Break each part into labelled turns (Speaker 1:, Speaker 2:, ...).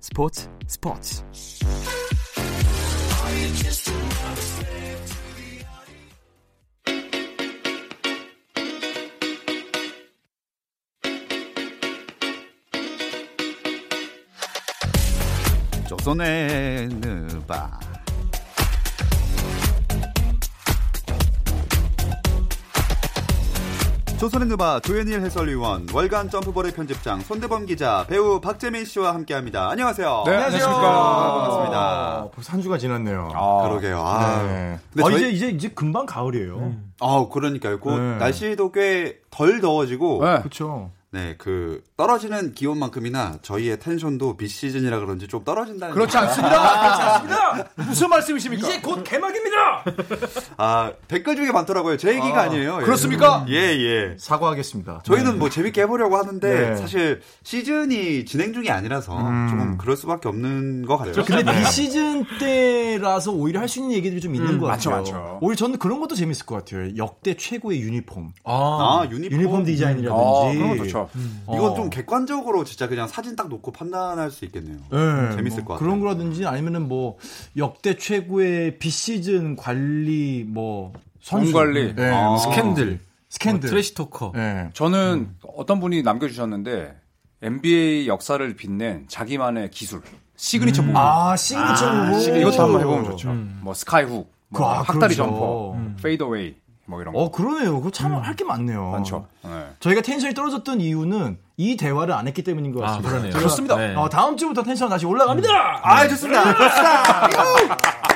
Speaker 1: 스포츠 스포츠
Speaker 2: 조선의 누바 조선의 누바 조현일 해설위원 월간 점프볼의 편집장 손대범 기자 배우 박재민 씨와 함께합니다. 안녕하세요. 반갑습니다.
Speaker 3: 벌써 한 주가 지났네요.
Speaker 2: 그러게요. 아,
Speaker 3: 네.
Speaker 2: 근데
Speaker 3: 아,
Speaker 2: 저희- 음.
Speaker 3: 이제 이제 이제 금방 가을이에요.
Speaker 2: 아우 그러니까요. 그
Speaker 3: 네.
Speaker 2: 날씨도 꽤 덜 더워지고
Speaker 4: 네.
Speaker 3: 그렇죠.
Speaker 2: 네, 그 떨어지는 기온만큼이나 저희의 텐션도 빗 시즌이라 그런지 좀 떨어진다는
Speaker 4: 그렇지
Speaker 2: 얘기가-
Speaker 4: 않습니다. 그렇지 않습니다.
Speaker 3: 무슨 말씀이십니까?
Speaker 4: 이제 곧 개막입니다.
Speaker 2: 아, 댓글 중에 많더라고요. 제 얘기가 아, 니에요
Speaker 4: 그렇습니까?
Speaker 2: 예, 예.
Speaker 3: 사과하겠습니다.
Speaker 2: 저희는 뭐 재밌게 해보려고 하는데
Speaker 3: 네.
Speaker 2: 사실 시즌이 진행 중이 아니라서
Speaker 4: 음.
Speaker 2: 조금 그럴 수밖에 없는 것 같아요.
Speaker 3: 근데
Speaker 2: 네.
Speaker 3: 비시즌 때라서 오히려 할 수 있는 얘기들이 좀 있는 것
Speaker 4: 맞죠,
Speaker 3: 같아요.
Speaker 4: 맞죠.
Speaker 3: 오히려 저는 그런 것도 재밌을 것 같아요. 역대 최고의 유니폼.
Speaker 2: 아, 유니폼,
Speaker 3: 유니폼
Speaker 4: 아,
Speaker 3: 디자인이라든지. 어.
Speaker 4: 그런 거 좋죠.
Speaker 2: 이건
Speaker 4: 어.
Speaker 2: 좀 객관적으로 진짜 그냥 사진 딱 놓고 판단할 수 있겠네요.
Speaker 3: 예,
Speaker 2: 음, 재밌을
Speaker 3: 뭐
Speaker 2: 것 같아요.
Speaker 3: 그런 거라든지 아니면은 뭐 역대 최고의 비시즌 관리 뭐 선수.
Speaker 4: 관리.
Speaker 3: 예,
Speaker 2: 아.
Speaker 3: 뭐
Speaker 4: 스캔들.
Speaker 3: 스캔들.
Speaker 5: 트래시 토커.
Speaker 4: 음.
Speaker 3: 예.
Speaker 4: 저는 어떤 분이 남겨주셨는데 NBA 역사를 빛낸 자기만의 기술 시그니처 무브
Speaker 3: 아, 시그니처로.
Speaker 4: 이것도 한번 해보면 좋죠. 뭐 스카이훅, 뭐
Speaker 3: 아,
Speaker 4: 학다리
Speaker 3: 그렇죠.
Speaker 4: 점퍼, 페이더웨이 뭐 이런 거
Speaker 3: 어, 그러네요. 그거 참 할 게 많네요.
Speaker 4: 많죠. 네.
Speaker 3: 저희가 텐션이 떨어졌던 이유는 이 대화를 안 했기 때문인 것 같습니다.
Speaker 5: 그러네요.
Speaker 3: 제가,
Speaker 4: 좋습니다.
Speaker 5: 네.
Speaker 3: 어, 다음 주부터 텐션 다시 올라갑니다.
Speaker 2: 아,
Speaker 4: 네.
Speaker 2: 좋습니다. 좋습니다.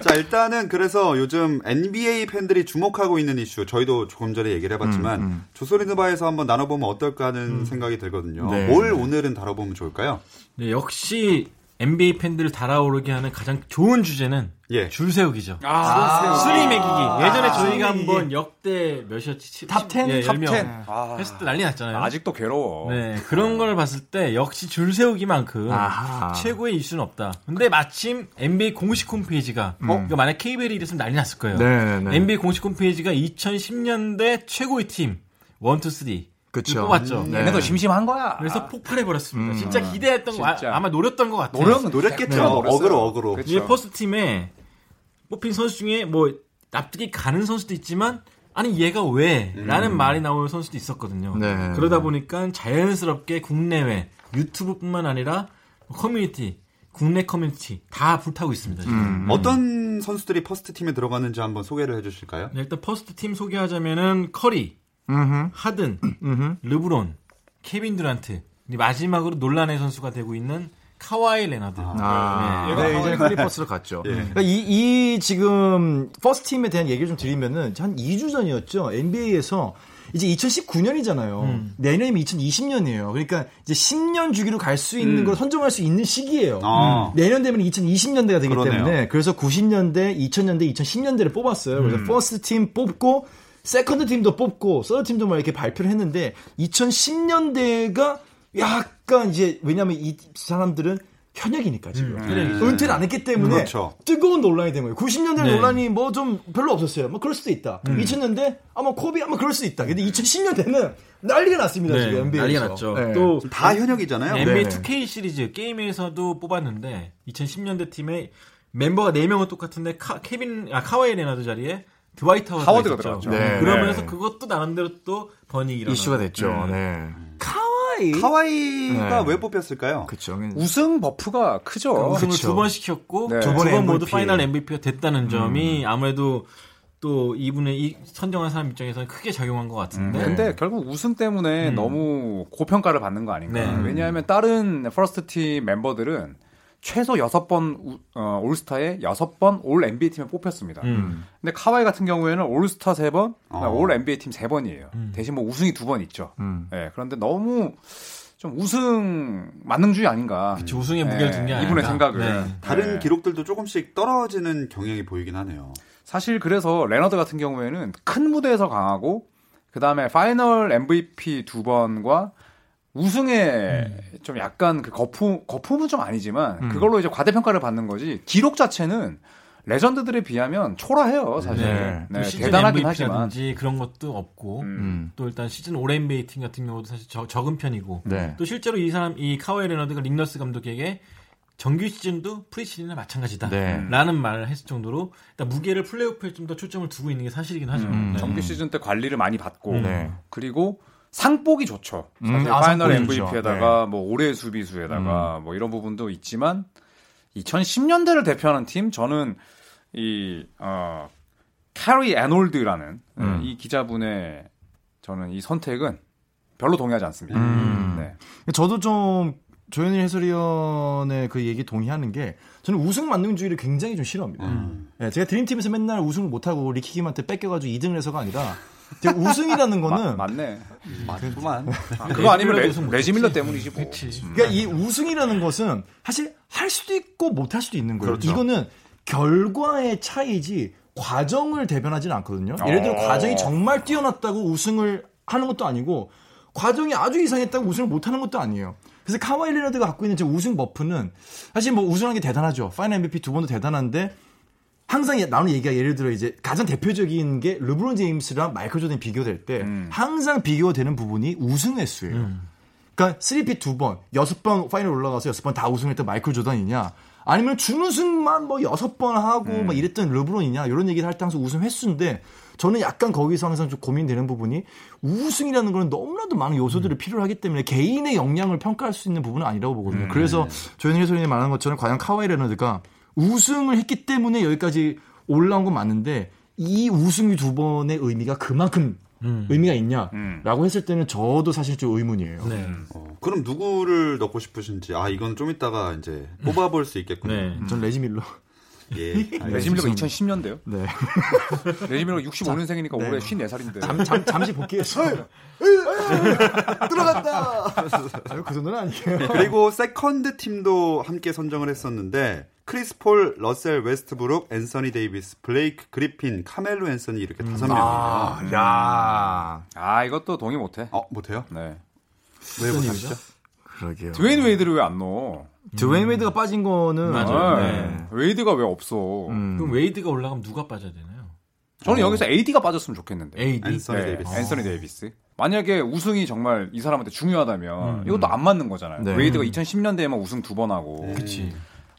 Speaker 2: 자, 일단은 그래서 요즘 NBA 팬들이 주목하고 있는 이슈, 저희도 조금 전에 얘기를
Speaker 4: 음,
Speaker 2: 해봤지만, 조소리누바에서 한번 나눠보면 어떨까 하는 생각이 들거든요.
Speaker 3: 네.
Speaker 2: 뭘 오늘은 다뤄보면 좋을까요?
Speaker 5: 네, 역시 NBA 팬들을 달아오르게 하는 가장 좋은 주제는
Speaker 2: 예.
Speaker 5: 줄 세우기죠.
Speaker 4: 아,
Speaker 5: 순위 매기기. 예전에
Speaker 3: 순위
Speaker 5: 저희가
Speaker 3: 매기기.
Speaker 5: 한번 역대 몇이었지?
Speaker 3: 탑 10,
Speaker 5: 예,
Speaker 3: 탑
Speaker 5: 10명
Speaker 3: 10.
Speaker 4: 아,
Speaker 5: 했을 때 난리 났잖아요.
Speaker 4: 아직도 뭐. 괴로워.
Speaker 5: 네, 그런 걸 봤을 때 역시 줄 세우기만큼
Speaker 3: 아하.
Speaker 5: 최고의 이슈는 없다. 근데 마침 NBA 공식 홈페이지가 어? 이거 만약 KBL이 이랬으면 난리 났을 거예요.
Speaker 3: 네네네.
Speaker 5: NBA 공식 홈페이지가 2010년대 최고의 팀 1, 2, 3
Speaker 3: 그쵸.
Speaker 5: 뽑았죠.
Speaker 3: 음,
Speaker 4: 얘네도 심심한 거야. 아,
Speaker 5: 그래서 폭발해 버렸습니다. 진짜 기대했던 거
Speaker 4: 진짜.
Speaker 5: 아, 아마 노렸던 것 같아요.
Speaker 2: 노렸겠죠.
Speaker 4: 네, 노렸어요.
Speaker 2: 어그로, 어그로.
Speaker 4: 그치.
Speaker 5: 이게 퍼스트 팀에 뽑힌 선수 중에 뭐 납득이 가는 선수도 있지만 아니 얘가 왜라는 말이 나오는 선수도 있었거든요.
Speaker 3: 네.
Speaker 5: 그러다 보니까 자연스럽게 국내외 유튜브뿐만 아니라 커뮤니티 국내 커뮤니티 다 불타고 있습니다. 지금.
Speaker 2: 음. 어떤 선수들이 퍼스트 팀에 들어가는지 한번 소개를 해주실까요?
Speaker 5: 네, 일단 퍼스트 팀 소개하자면은 커리, 하든, 르브론, 케빈 듀란트, 이제 마지막으로 논란의 선수가 되고 있는 카와이 레나드.
Speaker 3: 아,
Speaker 5: 네,
Speaker 3: 네,
Speaker 5: 얘가
Speaker 3: 이제 클리퍼스로 갔죠. 그러니까 이, 이 지금 퍼스트 팀에 대한 얘기를 좀 드리면은 한 2주 전이었죠. NBA에서 이제 2019년이잖아요. 내년이면 2020년이에요. 그러니까 이제 10년 주기로 갈 수 있는 걸 선정할 수 있는 시기예요. 음.
Speaker 2: 아.
Speaker 3: 내년 되면 2020년대가 되기
Speaker 2: 그러네요.
Speaker 3: 때문에 그래서 90년대, 2000년대, 2010년대를 뽑았어요. 그래서 퍼스트 팀 뽑고 세컨드 팀도 뽑고 서드 팀도 막 이렇게 발표를 했는데 2010년대가 약간 이제 왜냐하면 이 사람들은 현역이니까 지금 은퇴를 안 했기 때문에
Speaker 2: 그렇죠.
Speaker 3: 뜨거운 논란이 된 거예요. 90년대
Speaker 5: 네.
Speaker 3: 논란이 뭐 좀 별로 없었어요. 뭐 그럴 수도 있다. 2000년대 아마 코비 아마 그럴 수도 있다. 근데 2010년대는 난리가 났습니다
Speaker 5: 네,
Speaker 3: 지금 NBA에서.
Speaker 5: 난리가 났죠.
Speaker 3: 네.
Speaker 5: 또
Speaker 2: 지금 다 현역이잖아요.
Speaker 5: NBA
Speaker 3: 네.
Speaker 5: 2K 시리즈 게임에서도 뽑았는데 2010년대 팀에 멤버가 4명은 똑같은데 카, 케빈 아 카와이 레나드 자리에 드와이트 하워드가
Speaker 4: 하워드가 들어갔죠.
Speaker 5: 있었죠.
Speaker 3: 네.
Speaker 5: 그러면서 그것도 나름대로 또 번이기라
Speaker 3: 이슈가 됐죠. 네. 카와이.
Speaker 2: 카와이가
Speaker 3: 네.
Speaker 2: 왜 뽑혔을까요?
Speaker 3: 그쵸.
Speaker 4: 우승 버프가 크죠.
Speaker 3: 우승
Speaker 5: 그러니까 우승을
Speaker 3: 그쵸.
Speaker 5: 두 번 시켰고
Speaker 4: 네.
Speaker 5: 두 번
Speaker 3: 두번
Speaker 5: 모두
Speaker 3: MVP.
Speaker 5: 파이널 MVP가 됐다는 점이 아무래도 또 이분의 이 선정한 사람 입장에서는 크게 작용한 것 같은데.
Speaker 4: 근데 결국 우승 때문에 너무 고평가를 받는 거 아닌가.
Speaker 5: 음. 네.
Speaker 4: 왜냐하면 다른 퍼스트 팀 멤버들은 최소 6번 우- 어, 올스타에 6번 올 NBA 팀에 뽑혔습니다.
Speaker 5: 음. 아.
Speaker 4: 근데 카와이 같은 경우에는 올스타 3번, 아,
Speaker 2: 어.
Speaker 4: 올 NBA 팀 3번이에요.
Speaker 5: 음.
Speaker 4: 대신 뭐 우승이 2번 있죠.
Speaker 3: 음.
Speaker 4: 예, 그런데 너무 좀 우승 만능주의 아닌가. 예,
Speaker 5: 그치, 우승의 무게를 둔게 아닌가.
Speaker 4: 이분의 생각을.
Speaker 5: 네.
Speaker 2: 다른
Speaker 4: 예.
Speaker 2: 기록들도 조금씩 떨어지는 경향이 보이긴 하네요.
Speaker 4: 사실 그래서 레너드 같은 경우에는 큰 무대에서 강하고 그 다음에 파이널 MVP 두 번과 우승에
Speaker 5: 음.
Speaker 4: 좀 약간 그 거품 거품은 좀 아니지만 그걸로 이제 과대평가를 받는 거지 기록 자체는 레전드들에 비하면 초라해요 사실
Speaker 5: 네.
Speaker 4: 네,
Speaker 5: 또 시즌
Speaker 4: 대단하긴 하지만
Speaker 5: MVP라든지 그런 것도 없고
Speaker 4: 음.
Speaker 5: 또 일단 시즌 올해 NBA 팀 같은 경우도 사실 저- 적은 편이고
Speaker 3: 네.
Speaker 5: 또 실제로 이 사람 이 카와이 레너드가 릭너스 감독에게 정규 시즌도 프리시즌이나 마찬가지다.
Speaker 3: 네.
Speaker 5: 라는 말을 했을 정도로 일단 무게를 플레이오프에 좀 더 초점을 두고 있는 게 사실이긴 하죠.
Speaker 4: 음,
Speaker 5: 네.
Speaker 4: 정규 시즌 때 관리를 많이 받고
Speaker 3: 네.
Speaker 4: 그리고 상복이 좋죠.
Speaker 3: 음,
Speaker 4: 사실
Speaker 3: 아,
Speaker 4: 파이널
Speaker 3: 상복이 좋죠. 네. 음.
Speaker 4: MVP에다가 뭐 올해 수비수에다가 뭐 이런 부분도 있지만 2010년대를 대표하는 팀 저는 이 어, 캐리 애놀드라는 네,
Speaker 3: 음.
Speaker 4: 이 기자분의 저는 이 선택은 별로 동의하지 않습니다.
Speaker 3: 음.
Speaker 4: 네.
Speaker 3: 저도 좀 조현일 해설위원의 그 얘기 동의하는 게 저는 우승 만능주의를 굉장히 좀 싫어합니다. 예, 제가 드림팀에서 맨날 우승을 못하고 리키김한테 뺏겨가지고 2등을 해서가 아니라 제가 우승이라는
Speaker 4: 마-
Speaker 3: 거는
Speaker 4: 맞네.
Speaker 2: 맞구만.
Speaker 4: 그거 아니면 레,
Speaker 5: 레지밀러도
Speaker 4: 지밀러 때문이지 뭐.
Speaker 5: 그치.
Speaker 3: 그러니까 이 우승이라는 것은 사실 할 수도 있고 못 할 수도 있는 거예요. 이거는 결과의 차이지 과정을 대변하지는 않거든요. 예를 들어
Speaker 4: 어.
Speaker 3: 과정이 정말 뛰어났다고 우승을 하는 것도 아니고 과정이 아주 이상했다고 우승을 못 하는 것도 아니에요. 그래서 카와이 레너드가 갖고 있는 저 우승 버프는 사실 뭐 우승한 게 대단하죠. 파이널 MVP 두 번도 대단한데 항상 나오는 얘기가 예를 들어 이제 가장 대표적인 게 르브론 제임스랑 마이클 조던이 비교될 때 항상 비교되는 부분이 우승 횟수예요. 그러니까 3P 두 번, 여섯 번 파이널 올라가서 여섯 번 다 우승했던 마이클 조던이냐, 아니면 준우승만 뭐 여섯 번 하고 막 이랬던 르브론이냐 이런 얘기를 할 때 항상 우승 횟수인데 저는 약간 거기서 항상 좀 고민되는 부분이 우승이라는 거는 너무나도 많은 요소들이 필요하기 때문에 개인의 역량을 평가할 수 있는 부분은 아니라고 보거든요. 그래서 조현일 소리님 말한 것처럼 과연 카와이 레너드가 우승을 했기 때문에 여기까지 올라온 건 맞는데 이 우승이 두 번의 의미가 그만큼 의미가 있냐라고 했을 때는 저도 사실 좀 의문이에요.
Speaker 5: 네.
Speaker 2: 어, 그럼 누구를 넣고 싶으신지 아 이건 좀 이따가 이제 뽑아볼 수 있겠군요.
Speaker 5: 네.
Speaker 3: 전 레지밀러.
Speaker 2: 예.
Speaker 4: 레지밀러가 2010년대요.
Speaker 3: 네.
Speaker 4: 레지밀러가 65년생이니까 올해 54살인데.
Speaker 3: 잠, 잠시 복귀했어요. 들어갔다. 아유 그 정도는 아니에요.
Speaker 2: 그리고 세컨드 팀도 함께 선정을 했었는데 크리스 폴, 러셀 웨스트브룩, 앤서니 데이비스, 블레이크 그리핀, 카멜로 앤서니 이렇게 다섯 명이에요.
Speaker 6: 아.
Speaker 3: 아, 야.
Speaker 4: 아 이것도 동의 못해.
Speaker 2: 어 못해요?
Speaker 4: 네.
Speaker 2: 왜 못하시죠?
Speaker 3: 그러게요.
Speaker 4: 드웨인 웨이드를 왜 안 넣어?
Speaker 3: 드웨인 웨이드가 빠진 거는
Speaker 5: 맞아요.
Speaker 4: 네.
Speaker 5: 네. 음.
Speaker 4: 웨이드가 왜 없어?
Speaker 3: 음.
Speaker 5: 그럼 웨이드가 올라가면 누가 빠져야 되나요?
Speaker 4: 저는
Speaker 5: 어.
Speaker 4: 여기서 AD가 빠졌으면 좋겠는데.
Speaker 5: AD.
Speaker 2: 앤서니
Speaker 4: 네,
Speaker 2: 데이비스.
Speaker 4: 앤서니 데이비스. 만약에 우승이 정말 이 사람한테
Speaker 5: 음.
Speaker 4: 중요하다면 이것도 안 맞는 거잖아요.
Speaker 3: 네.
Speaker 4: 웨이드가 2010년대에만 우승 두 번 하고
Speaker 5: 네. 그치.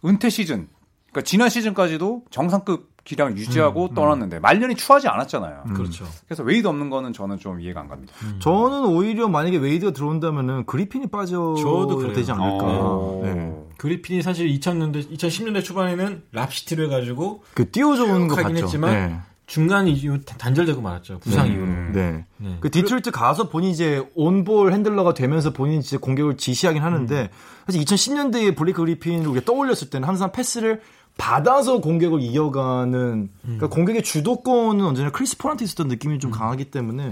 Speaker 4: 은퇴 시즌, 그러니까 지난 시즌까지도 정상급 기량을 유지하고 떠났는데 말년이 추하지 않았잖아요.
Speaker 5: 음. 그렇죠. 음.
Speaker 4: 그래서 웨이드 없는 거는 저는 좀 이해가 안 갑니다.
Speaker 3: 음. 저는 오히려 만약에 웨이드가 들어온다면은 그리핀이 빠져
Speaker 5: 저도 그래요.
Speaker 3: 되지 않을까.
Speaker 5: 아,
Speaker 2: 어.
Speaker 3: 네.
Speaker 5: 그리핀이 사실 2000년대, 2010년대 초반에는 랍시티를 해가지고
Speaker 3: 그 띄워져오는 거
Speaker 5: 하긴
Speaker 3: 봤죠.
Speaker 5: 했지만 중간 이후 다- 단절되고 말았죠. 부상 이후로.
Speaker 3: 네. 네.
Speaker 5: 네.
Speaker 3: 그 디트로이트 가서 본인 이제 온볼 핸들러가 되면서 본인 이제 공격을 지시하긴 하는데 사실 2010년대에 블레이크 그리핀을 우리가 떠올렸을 때는 항상 패스를 받아서 공격을 이어가는 그러니까 공격의 주도권은 언제나 크리스 폴한테 있었던 느낌이 좀 강하기 때문에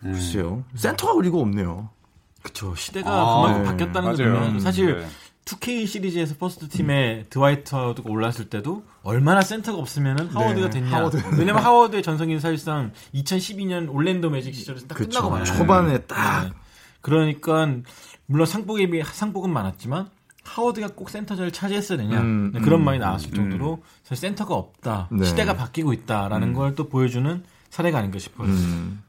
Speaker 3: 글쎄요 음. 센터가 그리고 없네요.
Speaker 5: 그쵸. 시대가 그만큼
Speaker 4: 네.
Speaker 5: 바뀌었다는 걸
Speaker 4: 맞아요.
Speaker 5: 보면 사실
Speaker 4: 네.
Speaker 5: 2K 시리즈에서 퍼스트 팀에 드와이트 하워드가 올랐을 때도 얼마나 센터가 없으면 하워드가 됐냐. 왜냐면 하워드의 전성기는 사실상 2012년 올랜도 매직 시절에서 딱
Speaker 3: 그렇죠.
Speaker 5: 끝나고 말았죠.
Speaker 3: 초반에 딱
Speaker 5: 네. 그러니까 물론 상복에 비해 상복은 많았지만 하워드가 꼭 센터자를 차지했어야 되냐
Speaker 3: 음,
Speaker 5: 네, 그런 말이 나왔을 정도로 사실 센터가 없다
Speaker 3: 네.
Speaker 5: 시대가 바뀌고 있다라는 걸 또 보여주는 사례가 아닌가 싶어요.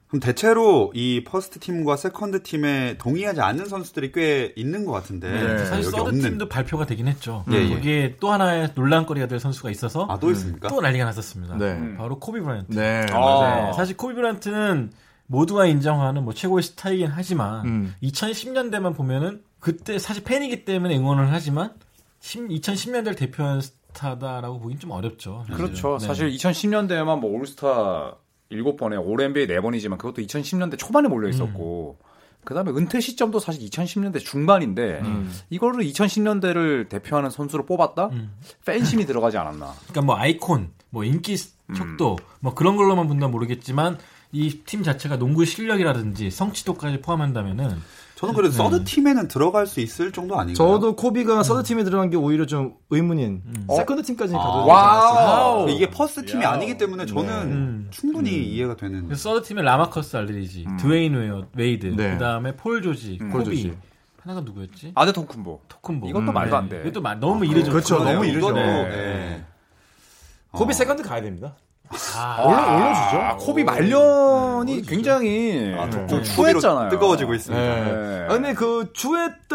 Speaker 2: 그럼 대체로 이 퍼스트 팀과 세컨드 팀에 동의하지 않는 선수들이 꽤 있는 것 같은데
Speaker 5: 네, 사실
Speaker 2: 네, 여기
Speaker 5: 서드
Speaker 2: 없는
Speaker 5: 팀도 발표가 되긴 했죠.
Speaker 2: 예, 예.
Speaker 5: 거기에 또 하나의 논란거리가 될 선수가 있어서
Speaker 2: 아 또 있습니까?
Speaker 5: 음. 또 난리가 났었습니다.
Speaker 3: 네.
Speaker 5: 바로 코비 브라이언트.
Speaker 3: 네.
Speaker 4: 아.
Speaker 5: 네, 사실 코비 브라이언트는 모두가 인정하는 뭐 최고의 스타이긴 하지만
Speaker 3: 음.
Speaker 5: 2010년대만 보면은 그때 사실 팬이기 때문에 응원을 하지만 2010년대를 대표하는 스- 비슷하다라고 보긴 좀 어렵죠. 사실은.
Speaker 4: 그렇죠.
Speaker 5: 네.
Speaker 4: 사실 2010년대에만 뭐 올스타 7번에 올 NBA 4번이지만 그것도 2010년대 초반에 몰려 있었고 그다음에 은퇴 시점도 사실 2010년대 중반인데 이거를 2010년대를 대표하는 선수로 뽑았다? 팬심이 들어가지 않았나.
Speaker 5: 그러니까 뭐 아이콘, 뭐 인기 척도 뭐 그런 걸로만 본다면 모르겠지만 이 팀 자체가 농구 실력이라든지 성취도까지 포함한다면은
Speaker 2: 저는
Speaker 5: 음.
Speaker 2: 그래도 서드 팀에는 들어갈 수 있을 정도 아닌가요?
Speaker 3: 저도 코비가 서드 팀에 들어간 게 오히려 좀 의문인.
Speaker 5: 음.
Speaker 3: 어? 세컨드
Speaker 5: 아.
Speaker 3: 팀까지 가도
Speaker 4: 와우.
Speaker 2: 이게 퍼스트 팀이 아니기 때문에 저는
Speaker 5: 음.
Speaker 2: 충분히 이해가 되는.
Speaker 5: 그래서 서드 팀에 라마커스 알드리지, 드웨인 웨어, 웨이드,
Speaker 3: 네.
Speaker 5: 그다음에 폴 조지, 코비, 하나가 누구였지?
Speaker 4: 아데톤쿤보.
Speaker 5: 토큰보.
Speaker 4: 이것도 말도 안 돼.
Speaker 5: 음, 네. 이것도 마- 너무 이르죠.
Speaker 3: 그렇죠.
Speaker 5: 그거네요.
Speaker 3: 너무 이르죠.
Speaker 2: 이것도,
Speaker 5: 네.
Speaker 2: 예.
Speaker 3: 코비 세컨드 가야 됩니다.
Speaker 5: 아,
Speaker 3: 올라 올려주죠.
Speaker 4: 아, 코비 말년이 굉장히
Speaker 2: 아, 덥고
Speaker 4: 좀
Speaker 2: 추위로
Speaker 4: 추했잖아요.
Speaker 2: 뜨거워지고 있습니다.
Speaker 4: 네.
Speaker 3: 아, 근데 그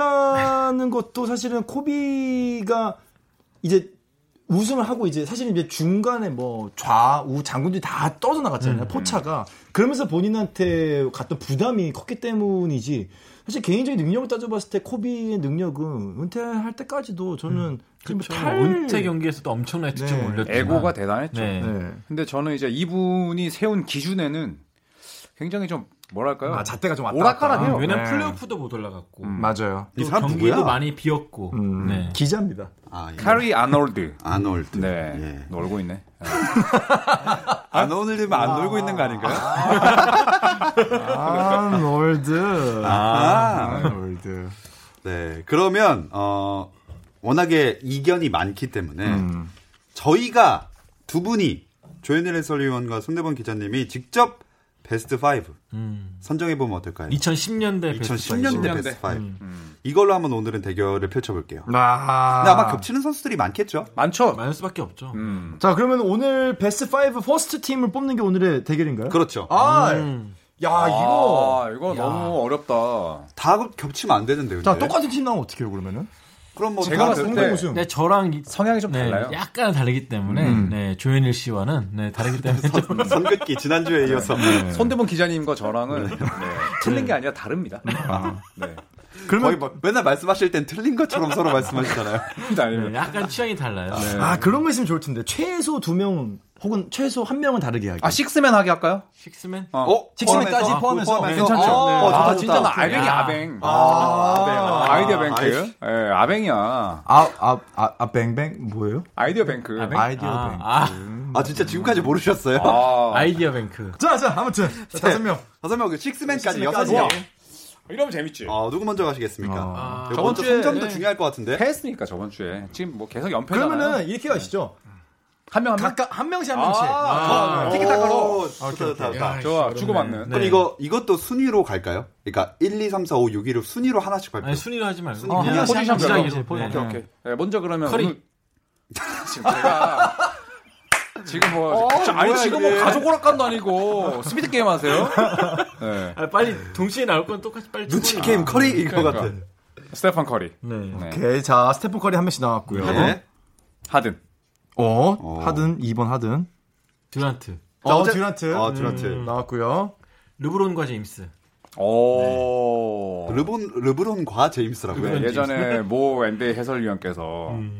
Speaker 3: 추했다는 것도 사실은 코비가 이제 우승을 하고 이제 사실은 이제 중간에 뭐 좌우 장군들이 다 떠져나갔잖아요
Speaker 5: 음.
Speaker 3: 포차가 그러면서 본인한테 갔던 부담이 컸기 때문이지 사실 개인적인 능력을 따져봤을 때 코비의 능력은 은퇴할 때까지도 저는 좀
Speaker 5: 그렇죠.
Speaker 3: 탈-
Speaker 5: 은퇴 경기에서도 엄청나게 득점
Speaker 3: 네.
Speaker 5: 올렸지만
Speaker 4: 에고가 대단했죠.
Speaker 5: 네.
Speaker 3: 네.
Speaker 4: 근데 저는 이제 이분이 세운 기준에는 굉장히 좀 뭐랄까요?
Speaker 3: 아, 잣대가 좀 왔다 갔다.
Speaker 4: 오락가락해요.
Speaker 3: 아,
Speaker 5: 왜냐면
Speaker 3: 네.
Speaker 5: 플레이오프도 못 올라갔고
Speaker 6: 음.
Speaker 3: 맞아요
Speaker 2: 이
Speaker 5: 또
Speaker 2: 사람
Speaker 5: 경기도
Speaker 2: 누구야?
Speaker 5: 많이 비었고
Speaker 3: 음,
Speaker 5: 네.
Speaker 3: 기자입니다
Speaker 2: 아, 예.
Speaker 4: 카리 아놀드.
Speaker 2: 아놀드.
Speaker 4: 네.
Speaker 2: 예.
Speaker 4: 놀고 있네.
Speaker 2: 아놀드면 안 놀고 있는 거 아닌가요?
Speaker 3: 아놀드
Speaker 2: 아.
Speaker 3: 아놀드
Speaker 2: 네. 그러면 어 워낙에 이견이 많기 때문에 저희가 두 분이 조현일 해설위원과 손대범 기자님이 직접 베스트 5
Speaker 5: 음.
Speaker 2: 선정해 보면 어떨까요?
Speaker 5: 2010년대 베스트
Speaker 2: 2010년대 베스트 5. 이걸로 한번 오늘은 대결을 펼쳐볼게요.
Speaker 3: 아.
Speaker 2: 근데 아마 겹치는 선수들이 많겠죠?
Speaker 4: 많죠?
Speaker 5: 많을 수밖에 없죠.
Speaker 4: 음.
Speaker 3: 자, 그러면 오늘 베스트 5 퍼스트 팀을 뽑는 게 오늘의 대결인가요?
Speaker 2: 그렇죠.
Speaker 3: 아, 야,
Speaker 4: 아,
Speaker 3: 이거.
Speaker 4: 이거 이거 너무 어렵다.
Speaker 2: 다 겹치면 안 되는데.
Speaker 3: 자,
Speaker 2: 근데.
Speaker 3: 똑같은 팀 나오면 어떻게 해요, 그러면은? 아,
Speaker 2: 그럼 뭐
Speaker 4: 제가
Speaker 2: 다
Speaker 4: 봤을
Speaker 2: 겹-
Speaker 4: 때-
Speaker 3: 무슨
Speaker 5: 네, 저랑 이-
Speaker 4: 성향이 좀
Speaker 5: 네,
Speaker 4: 달라요.
Speaker 5: 약간 다르기 때문에 네, 조현일 씨와는 네, 다르기 때문에 좀
Speaker 2: 선긋기 지난주에 이어서
Speaker 4: 손대본 기자님과 저랑은 네, 틀린 게 아니라 다릅니다. 네.
Speaker 2: 거의 뭐 맨날 말씀하실 땐 틀린 것처럼 서로 말씀하시잖아요.
Speaker 5: 네, 약간 취향이 달라요. 네.
Speaker 3: 아, 그런 거 있으면 좋을 텐데. 최소 두 명은 혹은 최소 한 명은 다르게 하기.
Speaker 4: 아, 식스맨 하게 할까요?
Speaker 5: 식스맨
Speaker 4: 어.
Speaker 3: 직선에까지
Speaker 2: 포함해서?
Speaker 3: 포함해서?
Speaker 2: 아,
Speaker 5: 네,
Speaker 2: 괜찮죠?
Speaker 3: 아,
Speaker 2: 네.
Speaker 4: 아,
Speaker 2: 어, 좋다, 좋다.
Speaker 4: 진짜 나 아뱅이
Speaker 5: 야.
Speaker 4: 아뱅.
Speaker 3: 아,
Speaker 4: 아, 이디어 뱅크.
Speaker 2: 아이씨.
Speaker 4: 예, 아뱅이야.
Speaker 3: 아, 아, 아, 아, 뱅뱅? 뭐예요?
Speaker 4: 아이디어 뱅크. 아,
Speaker 3: 아이디어 뱅.
Speaker 5: 아,
Speaker 2: 아 진짜 지금까지 모르셨어요?
Speaker 5: 아, 이디어 뱅크.
Speaker 3: 자, 자, 아무튼. 자, 다섯 명.
Speaker 2: 다섯 명, 그 식스맨까지 여섯
Speaker 3: 식스맨까지.
Speaker 2: 명.
Speaker 4: 이러면 재밌지.
Speaker 2: 아 누구 먼저 가시겠습니까?
Speaker 4: 저번
Speaker 2: 저번 주
Speaker 4: 주에,
Speaker 2: 성점도
Speaker 4: 예.
Speaker 2: 중요할 것 같은데.
Speaker 4: 패했으니까 저번 주에 지금 뭐 계속 연패잖아요.
Speaker 3: 그러면은 이렇게 가시죠.
Speaker 4: 한명 한 명.
Speaker 3: 각각 한 명씩 한 명씩.
Speaker 4: 아,
Speaker 2: 네. 티키타카로. 좋다, 좋다, 좋다.
Speaker 4: 좋아 네. 주고 받는.
Speaker 2: 그럼 이거 이것도 순위로 갈까요? 그러니까 1, 2, 3, 4, 5, 6위로 순위로 하나씩
Speaker 5: 아니
Speaker 2: 발표.
Speaker 5: 순위로 하지 말고 어,
Speaker 2: 아,
Speaker 5: 그냥
Speaker 4: 포지션 별로.
Speaker 5: 시작해서
Speaker 4: 오케이
Speaker 5: 네.
Speaker 4: 오케이. 예, 먼저 그러면
Speaker 5: 커리.
Speaker 4: 오늘 지금 제가 지금 뭐 자, 아니
Speaker 2: 뭐야,
Speaker 4: 지금 뭐
Speaker 2: 이게.
Speaker 4: 가족 오락관도 아니고 스피드 게임 하세요? 네.
Speaker 5: 아, 빨리 동시에 나올 건 똑같이 빨리
Speaker 2: 눈치
Speaker 5: 쳐버려.
Speaker 2: 게임 커리 이거
Speaker 4: 그러니까.
Speaker 2: 같은.
Speaker 4: 스테판 커리,
Speaker 5: 네.
Speaker 3: 오케이, 자, 스테픈 커리 한 명씩 나왔고요.
Speaker 2: 네.
Speaker 4: 하든.
Speaker 3: 어, 하든, 2번 하든.
Speaker 5: 듀란트,
Speaker 2: 자,
Speaker 3: 어,
Speaker 2: 어째-
Speaker 3: 듀란트.
Speaker 2: 어, 듀란트.
Speaker 3: 나왔고요.
Speaker 5: 르브론과 제임스.
Speaker 4: 오.
Speaker 2: 르본 르브론과 제임스라고요.
Speaker 4: 네, 예전에 모 NBA 해설위원께서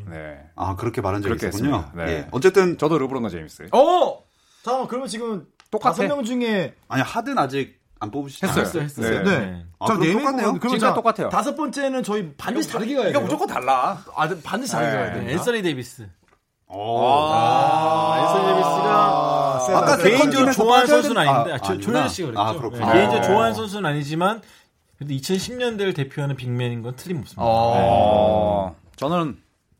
Speaker 4: 네.
Speaker 2: 아 그렇게 말한 적이
Speaker 4: 그렇게
Speaker 2: 있었군요.
Speaker 4: 했습니다. 네.
Speaker 2: 예. 어쨌든
Speaker 4: 저도 르브론과 제임스.
Speaker 3: 어! 자, 그러면 지금
Speaker 4: 똑같아.
Speaker 3: 다섯 명 중에
Speaker 2: 아니 하든 아직 안 뽑으시죠?
Speaker 4: 했어요. 네.
Speaker 5: 했어요. 네.
Speaker 2: 아,
Speaker 3: 자,
Speaker 2: 그럼
Speaker 3: 네
Speaker 2: 똑같네요.
Speaker 3: 명은 그러면
Speaker 4: 진짜
Speaker 3: 자,
Speaker 4: 똑같아요.
Speaker 3: 다섯 번째는 저희 반드시 다르게 가야 돼요.
Speaker 4: 이거 무조건 달라.
Speaker 3: 아, 네, 반드시 다르게
Speaker 4: 네.
Speaker 3: 가야
Speaker 5: 네,
Speaker 3: 돼요.
Speaker 5: 앤서니 데이비스.
Speaker 2: 아,
Speaker 5: 앤서니 데이비스가
Speaker 2: 아까
Speaker 3: 세다.
Speaker 5: 그러니까
Speaker 2: 세컨드에서
Speaker 5: 개인적으로 좋아하는
Speaker 2: 빠져야
Speaker 5: 선수는
Speaker 2: 되는-
Speaker 5: 아닌데 아,
Speaker 2: 아,
Speaker 5: 조-
Speaker 2: 아니구나.
Speaker 5: 조현일 씨가 그랬죠.
Speaker 2: 아, 그렇구나.
Speaker 5: 네, 개인적으로
Speaker 4: 아.
Speaker 5: 좋아하는 선수는 아니지만 그래도 2010년대를 대표하는 빅맨인 건 틀림없습니다.
Speaker 2: 아.
Speaker 4: 어. 저는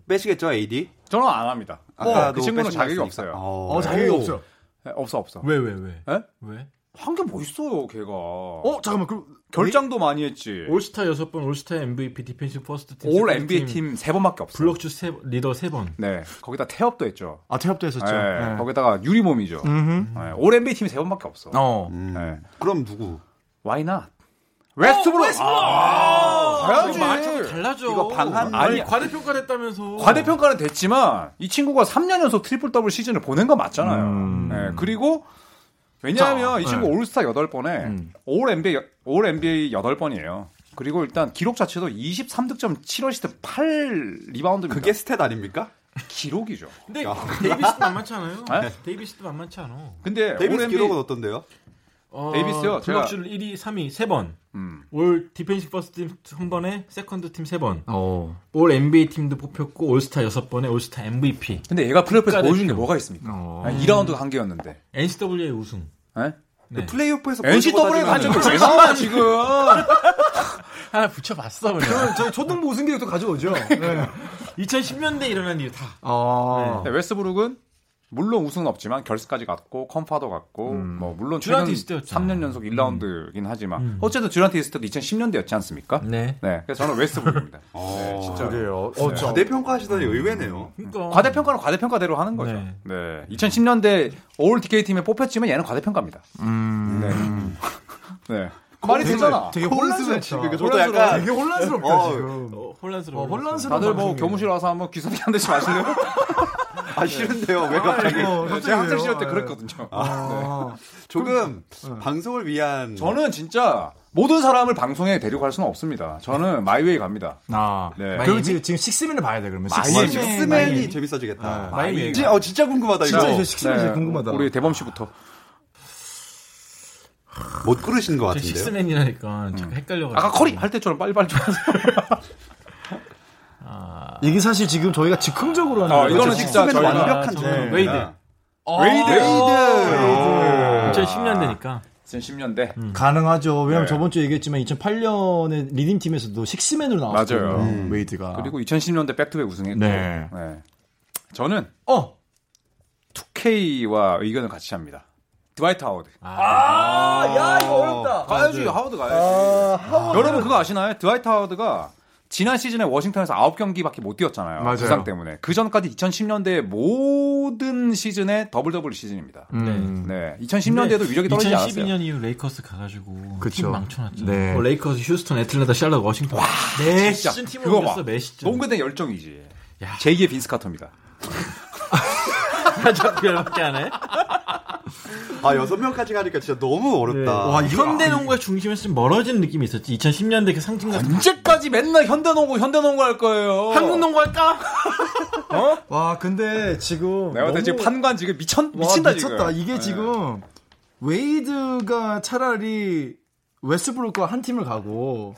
Speaker 2: 빼시겠죠 AD?
Speaker 4: 저는 안 합니다.
Speaker 2: 아까도
Speaker 4: 그 친구는
Speaker 2: 빼신
Speaker 4: 자격이
Speaker 2: 거
Speaker 4: 없어요.
Speaker 2: 있으니까. 아.
Speaker 3: 어, 자격이 없어요.
Speaker 4: 네, 없어 없어.
Speaker 5: 왜 왜 왜?
Speaker 4: 예?
Speaker 5: 왜?
Speaker 4: 한 게 뭐 있어요, 걔가.
Speaker 3: 어, 잠깐만. 그럼
Speaker 4: 결장도 많이 했지. 올,
Speaker 5: 올스타 6번, 올스타 MVP, 디펜시브 퍼스트 팀, 세컨드
Speaker 4: NBA 팀 세 번밖에 없어. 요
Speaker 5: 블록슛 세, 리더 3번.
Speaker 4: 네. 거기다 태업도 했죠.
Speaker 3: 아, 태엽도 했었죠.
Speaker 4: 예,
Speaker 3: 네.
Speaker 4: 거기다가 유리몸이죠.
Speaker 3: 음.
Speaker 4: 예, 올 NBA 팀이 세 번밖에 없어.
Speaker 3: 어.
Speaker 4: 네.
Speaker 2: 그럼 누구?
Speaker 4: Why not? 어, 웨스트브룩. 아, 가야지.
Speaker 5: 아, 달라져.
Speaker 2: 이거 방한-
Speaker 5: 아니
Speaker 4: 아니,
Speaker 5: 과대평가를 했다면서.
Speaker 4: 어. 과대평가는 됐지만 이 친구가 3년 연속 트리플 더블 시즌을 보낸 거 맞잖아요. 예, 그리고 왜냐하면 이 친구 올스타 8번에 올 NBA 올 NBA 8번이에요. 그리고 일단 기록 자체도 23득점 7어시트 8리바운드입니다.
Speaker 2: 그게 스탯 아닙니까?
Speaker 4: 기록이죠.
Speaker 5: 근데 데이비스도 만만치 않아요.
Speaker 4: 네?
Speaker 5: 데이비스도 만만치 않아.
Speaker 4: 근데
Speaker 2: 데이비스
Speaker 4: 올
Speaker 2: 기록은 어떤데요?
Speaker 5: 어,
Speaker 4: 데이비스요? 제가-
Speaker 5: 블록슛 1위, 3위 3번.
Speaker 4: 음.
Speaker 5: 올 디펜시 퍼스트 팀 한 번에 세컨드 팀 3번.
Speaker 6: 어.
Speaker 5: 올 NBA 팀도 뽑혔고 올스타 6번에 올스타 MVP.
Speaker 4: 근데 얘가 플레이오프에서
Speaker 5: 국가대표.
Speaker 4: 보여준 게 뭐가 있습니까?
Speaker 6: 어.
Speaker 4: 아니, 2라운드 한 개였는데.
Speaker 5: NCAA 우승.
Speaker 4: 예?
Speaker 5: 네.
Speaker 2: 플레이오프에서
Speaker 4: NCAA
Speaker 2: 간
Speaker 4: 관점이 왜 나와 지금? 아,
Speaker 5: 하나 붙여봤어 그냥.
Speaker 3: 저희 초등부 우승기록도 가져오죠. 네.
Speaker 5: 2010년대 일어난 일 다.
Speaker 3: 아,
Speaker 6: 어.
Speaker 4: 네, 웨스브룩은 물론 우승은 없지만 결승까지 갔고 컴파도 갔고
Speaker 5: 음.
Speaker 4: 뭐 물론
Speaker 5: 듀란트 음.
Speaker 4: 최근
Speaker 5: 있을 때였잖아.
Speaker 4: 3년 연속 1라운드긴 하지만 어쨌든 듀란트 있을 때도 2010년대였지 않습니까?
Speaker 5: 네.
Speaker 4: 네, 그래서 저는 웨스브룩입니다.
Speaker 5: 어.
Speaker 2: 진짜
Speaker 3: 그래요. 어, 저-
Speaker 2: 과대평가하시다니 의외네요.
Speaker 5: 그러니까
Speaker 4: 어, 과대평가는 과대평가대로 하는 거죠.
Speaker 5: 네.
Speaker 4: 네. 2010년대 올 DK 팀에 뽑혔지만 얘는 과대평가입니다.
Speaker 5: 음.
Speaker 4: 네. 네.
Speaker 5: 어,
Speaker 4: 말이
Speaker 3: 되게-
Speaker 4: 되잖아.
Speaker 3: 되게
Speaker 2: 혼란스러워.
Speaker 3: 혼란스럽죠.
Speaker 2: 지금 저도 약간
Speaker 3: 되게 혼란스럽다
Speaker 2: 어,
Speaker 3: 지금.
Speaker 5: 어, 혼란스러워.
Speaker 3: 혼란스러워.
Speaker 4: 다들 뭐 교무실 와서 한번 귀소리 한 대씩 마실래요?
Speaker 5: 어,
Speaker 2: 아 싫은데요. 왜
Speaker 3: 아,
Speaker 2: 갑자기?
Speaker 4: 네, 제가 학창 시절 때
Speaker 5: 어, 네.
Speaker 4: 그랬거든요.
Speaker 5: 아.
Speaker 2: 조금 방송을 위한
Speaker 4: 저는 진짜 모든 사람을 방송에 데리고 갈 수는 없습니다. 저는 마이웨이 갑니다.
Speaker 6: 아.
Speaker 4: 네.
Speaker 6: 그리고 지금, 지금 식스맨을 봐야 돼, 그러면. 식스맨.
Speaker 2: 정말
Speaker 4: 마이애미.
Speaker 2: 식스맨이
Speaker 4: 네.
Speaker 2: 재밌어지겠다.
Speaker 5: 마이애미.
Speaker 2: 진- 어, 진짜 궁금하다 이거.
Speaker 3: 진짜 이제 식스맨이 제일 궁금하다.
Speaker 4: 우리 대범 씨부터.
Speaker 2: 못 고르신 것
Speaker 5: 저
Speaker 2: 같은데요.
Speaker 5: 식스맨이라니까 잠깐 헷갈려가지고.
Speaker 4: 음. 아까 커리 할 때처럼 빨리빨리 좀 하세요.
Speaker 3: 이게 사실 지금 저희가 즉흥적으로 하는
Speaker 4: 아,
Speaker 3: 거죠.
Speaker 4: 이거는
Speaker 2: 그렇죠.
Speaker 4: 진짜
Speaker 2: 식스맨은
Speaker 4: 저희가
Speaker 2: 완벽한
Speaker 5: 저는
Speaker 2: 정답입니다.
Speaker 5: 웨이드. 아,
Speaker 2: 웨이드. 웨이드.
Speaker 4: 아,
Speaker 5: 2010년대니까.
Speaker 4: 2010년대.
Speaker 3: 가능하죠. 왜냐면
Speaker 4: 네.
Speaker 3: 저번 주에 얘기했지만 2008년에 리딩팀에서도 식스맨으로 나왔어요.
Speaker 4: 맞아요.
Speaker 6: 웨이드가.
Speaker 4: 그리고 2010년대 백투백 우승했고.
Speaker 6: 네.
Speaker 4: 네. 저는
Speaker 3: 어!
Speaker 4: 2K와 의견을 같이 합니다. 드와이트 하워드.
Speaker 3: 아, 야, 이거 어렵다. 아,
Speaker 4: 가야지 하워드 가야지. 여러분 그거 아시나요? 드와이트 하워드가 지난 시즌에 워싱턴에서 9경기밖에 못 뛰었잖아요.
Speaker 6: 맞아요.
Speaker 4: 부상 때문에. 그 전까지 2010년대 모든 시즌의 더블 더블 시즌입니다.
Speaker 6: 음.
Speaker 4: 네. 2010년대에도 위력이 떨어지지 않았어요.
Speaker 5: 2012년 이후 레이커스 가가지고
Speaker 6: 그쵸.
Speaker 5: 팀 망쳐놨죠.
Speaker 6: 네.
Speaker 5: 뭐 레이커스, 휴스턴, 애틀랜타, 샬럿, 워싱턴. 매
Speaker 4: 진짜.
Speaker 5: 시즌 팀을
Speaker 4: 그거
Speaker 5: 옮겼어
Speaker 4: 봐.
Speaker 5: 매 시즌.
Speaker 4: 농구 대 열정이지.
Speaker 5: 야.
Speaker 4: 제2의 빈스 카터입니다.
Speaker 5: 그렇게 안 해?
Speaker 2: 아 여섯 명까지 가니까 진짜 너무
Speaker 3: 아,
Speaker 2: 어렵다.
Speaker 5: 네.
Speaker 3: 네.
Speaker 5: 와, 현대 농구의 중심에서 좀 멀어지는 느낌이 있었지. 2010년대 그 상징 같은.
Speaker 4: 언제까지 맨날 현대농구 현대농구 할 거예요.
Speaker 5: 한국 농구 할까?
Speaker 3: 와, 근데 지금.
Speaker 4: 내가
Speaker 3: 너무-
Speaker 4: 대체 판관 지금 미천
Speaker 3: 와,
Speaker 4: 미친다
Speaker 3: 미쳤다.
Speaker 4: 지금.
Speaker 3: 이게
Speaker 4: 네.
Speaker 3: 지금 웨이드가 차라리 웨스브룩과 한 팀을 가고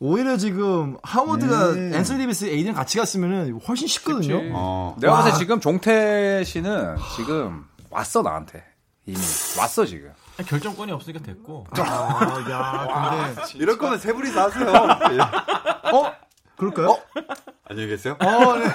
Speaker 3: 오히려 지금 하워드가
Speaker 5: 네.
Speaker 3: 앤서니 데이비스 에이든 같이 갔으면 훨씬 쉽거든요.
Speaker 4: 그치.
Speaker 2: 어.
Speaker 4: 내가 봤을 때 지금 종태 씨는 지금 왔어 나한테 이미 왔어 지금.
Speaker 5: 결정권이 없으니까 됐고.
Speaker 3: 야, 근데
Speaker 2: 이럴 거면 세 분이 다 하세요. 예.
Speaker 3: 어? 그럴까요?
Speaker 2: 안녕히 계세요.
Speaker 3: 어, 네.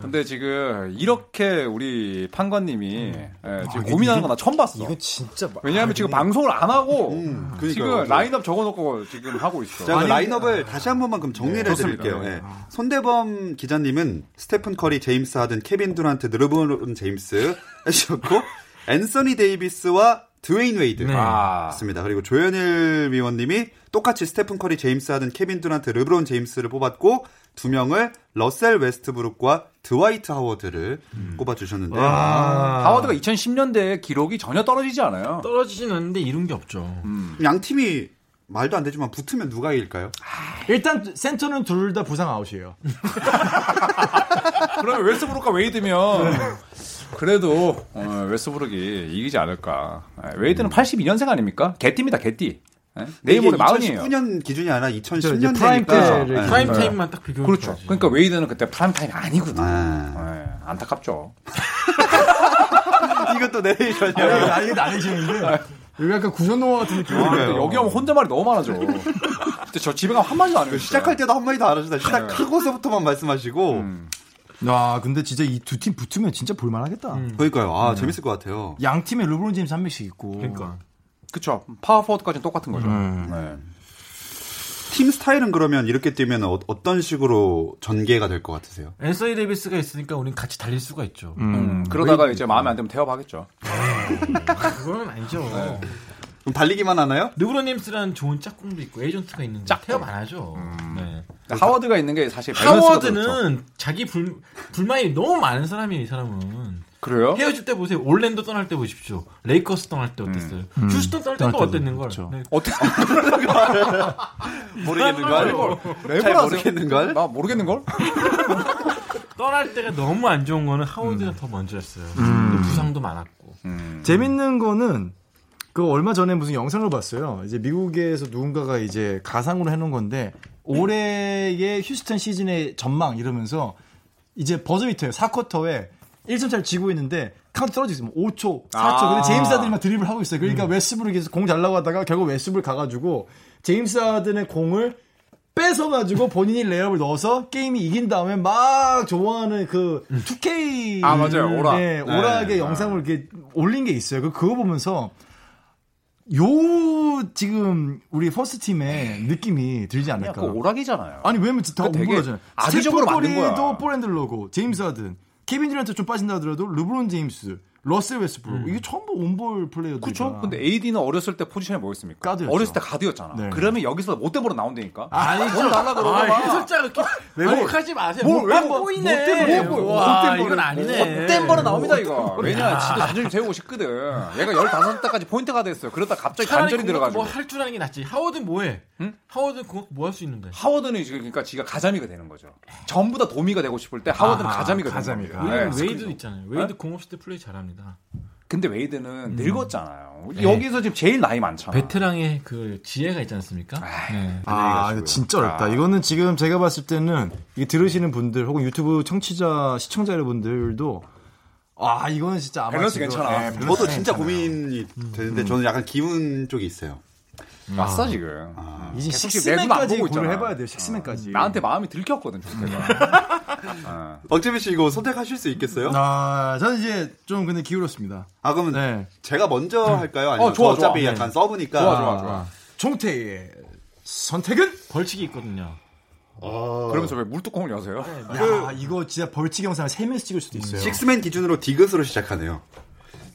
Speaker 4: 근데 지금 이렇게 우리 판관님이 예, 지금 고민하는 거 나 처음 봤어.
Speaker 3: 이거 진짜 말-
Speaker 4: 왜냐하면 지금 방송을 안 하고
Speaker 2: 그러니까요.
Speaker 4: 지금 라인업 적어놓고 지금 하고 있어.
Speaker 2: 자, 그 라인업을 다시 한 번만 그럼 정리를 해드릴게요. 예. 손대범 기자님은 스테픈 커리, 제임스 하든, 케빈 두란트, 르브론 제임스 해주셨고 앤서니 데이비스와 드웨인 웨이드
Speaker 4: 아.
Speaker 2: 맞습니다. 그리고 조현일 위원님이 똑같이 스테픈 커리, 제임스 하든, 케빈 두란트, 르브론 제임스를 뽑았고 두 명을 러셀 웨스트브룩과 드와이트 하워드를 꼽아주셨는데
Speaker 4: 하워드가 2010년대 기록이 전혀 떨어지지 않아요.
Speaker 5: 떨어지진 않는데 이룬 게 없죠.
Speaker 3: 음.
Speaker 2: 양 팀이 말도 안 되지만 붙으면 누가 이길까요?
Speaker 3: 일단 센터는 둘 다 부상 아웃이에요.
Speaker 4: 그러면 웨스브룩과 웨이드면 그래도 어, 웨스브룩이 이기지 않을까. 예, 웨이드는 82년생 아닙니까? 개띠입니다, 개띠. 예? 내일 모레 마흔이에요.
Speaker 2: 2019년 기준이 아니라
Speaker 3: 이제 프라임
Speaker 2: 2010년대니까. 네.
Speaker 3: 때를
Speaker 4: 네.
Speaker 5: 프라임 타임만 딱 비교해.
Speaker 4: 그렇죠. 그러니까 웨이드는 그때 프라임타임 아니구나.
Speaker 2: 아.
Speaker 4: 예, 안타깝죠.
Speaker 2: 이것도
Speaker 3: 아,
Speaker 2: 내레이션이야.
Speaker 3: 나 이게 나는 재밌는데 여기 약간 구전동화 같은 느낌.
Speaker 4: 아, 근데 여기 오면 혼잣말이 너무 많아져. 근데 저 집에 가면 한마디도 안 해요. 진짜.
Speaker 2: 시작할 때도 한마디도 안 하시다. 시작하고서부터만 말씀하시고.
Speaker 4: 음.
Speaker 3: 야, 아, 근데 진짜 이 두 팀 붙으면 진짜 볼만하겠다.
Speaker 5: 음.
Speaker 2: 그러니까요.
Speaker 4: 음.
Speaker 2: 아, 재밌을 것 같아요.
Speaker 3: 양 팀에 르브론 제임스 한 명씩 있고.
Speaker 5: 그러니까.
Speaker 4: 그쵸. 파워포워드까지는 똑같은 거죠. 네.
Speaker 2: 팀 스타일은 그러면 이렇게 뛰면 어, 어떤 식으로 전개가 될 것 같으세요?
Speaker 5: 앤서니 데이비스가 있으니까 우린 같이 달릴 수가 있죠.
Speaker 4: 음, 그러다가 이제 마음에 안 들면 태업하겠죠.
Speaker 5: 그건 아니죠.
Speaker 4: 어.
Speaker 2: 그럼 달리기만 하나요?
Speaker 5: 르브론 님스라는 좋은 짝꿍도 있고 에이전트가 있는데
Speaker 4: 짝꿍.
Speaker 5: 태업 안 하죠. 네.
Speaker 4: 그러니까. 하워드가 그렇죠. 있는 게 사실 밸런스가
Speaker 5: 하워드는 자기 불, 불만이 너무 많은 사람이에요, 이 사람은.
Speaker 4: 그렇죠. 그래요?
Speaker 5: 헤어질 때 보세요. 올랜도 떠날 때 보십시오. 레이커스 떠날 때 어땠어요?
Speaker 4: 음.
Speaker 5: 휴스턴 떠날 때또 어땠는 걸.
Speaker 4: 그렇죠.
Speaker 5: 네.
Speaker 4: 어떻게
Speaker 2: 모르겠는 걸.
Speaker 4: 랩을 하세요?
Speaker 2: 모르겠는 걸?
Speaker 4: 나 모르겠는 걸?
Speaker 5: 떠날 때가 너무 안 좋은 거는 하워드가
Speaker 4: 음.
Speaker 5: 더 먼저였어요. 부상도 많았고.
Speaker 3: 재밌는 거는 그 얼마 전에 무슨 영상을 봤어요. 이제 미국에서 누군가가 이제 가상으로 해놓은 건데 올해의 휴스턴 시즌의 전망 이러면서 이제 버즈비터예요. 4쿼터에 1점차를 지고 있는데 카운트 떨어지고 있어요. 뭐 5초, 4초.
Speaker 4: 아.
Speaker 3: 근데 제임스 하든이 막 드립을 하고 있어요.
Speaker 5: 음.
Speaker 3: 그러니까 웨스브룩이 계속 공 잘라고 하다가 결국 웨스브룩 가가지고 제임스 하든의 공을 뺏어가지고 본인이 레이업을 넣어서 게임이 이긴 다음에 막 좋아하는 그 2K
Speaker 4: 아, 맞아요. 오락.
Speaker 3: 네,
Speaker 4: 네.
Speaker 3: 오락의
Speaker 4: 아.
Speaker 3: 영상을 이렇게 올린 게 있어요. 그- 그거 보면서 요 지금 우리 퍼스트 팀의 느낌이 들지 않을까?
Speaker 4: 그거 오락이잖아요. 그러니까
Speaker 3: 아니 왜냐면 뭐 다
Speaker 4: 되게
Speaker 3: 오버잖아요.
Speaker 4: 악의적으로 만든
Speaker 3: 스테프거리도
Speaker 4: 거야.
Speaker 3: 포랜드 로고, 제임스 하든, 케빈 듀란트 좀 빠진다 하더라도 르브론 제임스, 러셀 웨스브룩 이게 전부 온볼 플레이어들.
Speaker 4: 음. 그렇죠. 근데 AD는 어렸을 때 포지션이 뭐였습니까?
Speaker 3: 가드였죠.
Speaker 4: 어렸을 때 가드였잖아.
Speaker 3: 네.
Speaker 4: 그러면 여기서 못대보로 나온다니까.
Speaker 3: 아니죠.
Speaker 4: 뭘 날라 그러고
Speaker 5: 아,
Speaker 4: 막.
Speaker 5: 해설자가 이렇게 왜곡하지 마세요.
Speaker 4: 뭘 뭐, 왜곡-
Speaker 5: 못 보이네. 뭐,
Speaker 4: 못된 거,
Speaker 5: 와,
Speaker 4: 못된 거를-
Speaker 5: 이건 아니네.
Speaker 4: 못대보로 뭐 나옵니다 이거. 왜냐, 지도 자존심 세우고 싶거든. 얘가 15대까지 포인트가 됐어요. 그러다 갑자기
Speaker 5: 차라리
Speaker 4: 반전이
Speaker 5: 들어가
Speaker 4: 들어가지고.
Speaker 5: 뭐할 줄 아는 게 낫지. 하워드 뭐해? 하워드 그거 뭐 할 수 있는데?
Speaker 4: 하워드는 지금 그러니까 지가 가자미가 되는 거죠. 전부 다 도미가 되고 싶을 때 하워드는 가자미가 되는
Speaker 6: 가자미가.
Speaker 4: 거예요.
Speaker 5: 웨이드,
Speaker 4: 네,
Speaker 5: 웨이드 있잖아요. 웨이드 공 없을 때 플레이 잘합니다.
Speaker 4: 근데 웨이드는 늙었잖아요. 여기서 지금 제일 나이 많잖아.
Speaker 5: 베테랑의 그 지혜가 있지 않습니까? 네.
Speaker 3: 아, 이거 진짜 어렵다. 이거는 지금 제가 봤을 때는 이 들으시는 분들 혹은 유튜브 청취자 시청자 여러분들도 아, 이거는 진짜 아마
Speaker 4: 밸런스
Speaker 3: 지금-
Speaker 4: 괜찮아.
Speaker 3: 예, 밸런스
Speaker 2: 저도 진짜
Speaker 4: 음.
Speaker 3: 괜찮아요.
Speaker 2: 고민이 되는데 저는 약간 기운 쪽이 있어요.
Speaker 4: 왔어 지금.
Speaker 3: 이제
Speaker 4: 계속 지금 내눈 안
Speaker 3: 식스맨까지
Speaker 4: 보고
Speaker 3: 고를
Speaker 4: 있잖아.
Speaker 3: 해봐야 돼요. 식스맨까지.
Speaker 4: 나한테 마음이 들켰거든 조태가. 어.
Speaker 2: 박재민 씨 이거 선택하실 수 있겠어요?
Speaker 3: 아, 저는 이제 좀 근데 기울었습니다.
Speaker 2: 아 그러면
Speaker 3: 네.
Speaker 2: 제가 먼저 할까요? 아니면
Speaker 4: 어, 좋아,
Speaker 2: 저 어차피
Speaker 4: 좋아.
Speaker 2: 약간 서브니까
Speaker 4: 좋아 좋아 좋아.
Speaker 3: 종태의 선택은?
Speaker 5: 벌칙이 있거든요.
Speaker 4: 그러면서 왜 물뚜껑을 여세요?
Speaker 3: 야,
Speaker 4: 그
Speaker 3: 이거 진짜 벌칙 영상을 세면서 찍을 수도 있어요.
Speaker 2: 식스맨 기준으로 디귿으로 시작하네요.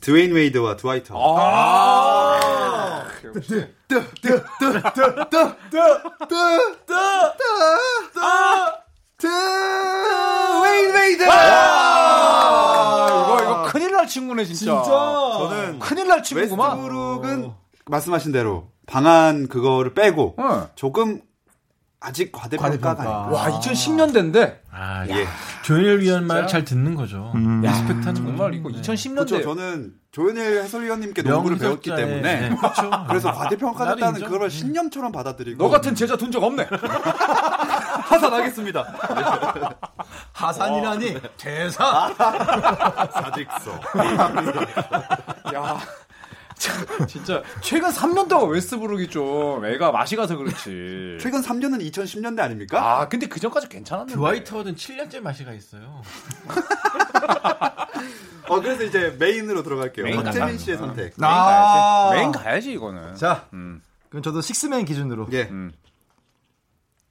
Speaker 2: 드웨인 웨이드와 드와이터.
Speaker 4: 아.
Speaker 2: 드웨인 웨이드.
Speaker 4: 아, 이거 이거 큰일 날 친구네 진짜.
Speaker 2: 저는
Speaker 4: 큰일 날 친구구만.
Speaker 2: 웨스트브룩은 말씀하신 대로 방한 그거를 빼고
Speaker 4: 응.
Speaker 2: 조금 아직 어. 과대평가가 아닐까.
Speaker 4: 와 2010년대인데
Speaker 5: 아,
Speaker 2: 예.
Speaker 5: 조현일 위원 말 잘 듣는 거죠. 리스펙트
Speaker 4: 정말 이거 2010년대
Speaker 2: 음. 그렇죠. 저는 조현일 해설위원님께 농구를 배웠기 때문에
Speaker 5: 그렇죠.
Speaker 2: 그래서 과대평가됐다는
Speaker 5: 인정.
Speaker 2: 그걸 신념처럼 받아들이고
Speaker 4: 너 같은 제자 둔 적 없네.
Speaker 2: 하산하겠습니다.
Speaker 4: 어,
Speaker 3: 하산이라니
Speaker 4: 네.
Speaker 3: 대사.
Speaker 2: 사직서.
Speaker 4: 야. 참, 진짜 최근 3년 동안 웨스브룩이 좀 애가 맛이 가서 그렇지.
Speaker 2: 최근 3년은 2010년대 아닙니까?
Speaker 4: 아 근데 그 전까지 괜찮았는데.
Speaker 5: 드와이트 워든 7년째 마시가 있어요.
Speaker 2: 어 그래서 이제 메인으로 아. 들어갈게요.
Speaker 4: 메인
Speaker 2: 박재민
Speaker 4: 나가는
Speaker 2: 씨의 선택.
Speaker 4: 메인 가야지. 메인 가야지 이거는.
Speaker 3: 자,
Speaker 4: 음.
Speaker 3: 아, 그럼 저도 식스맨 기준으로.
Speaker 2: 예.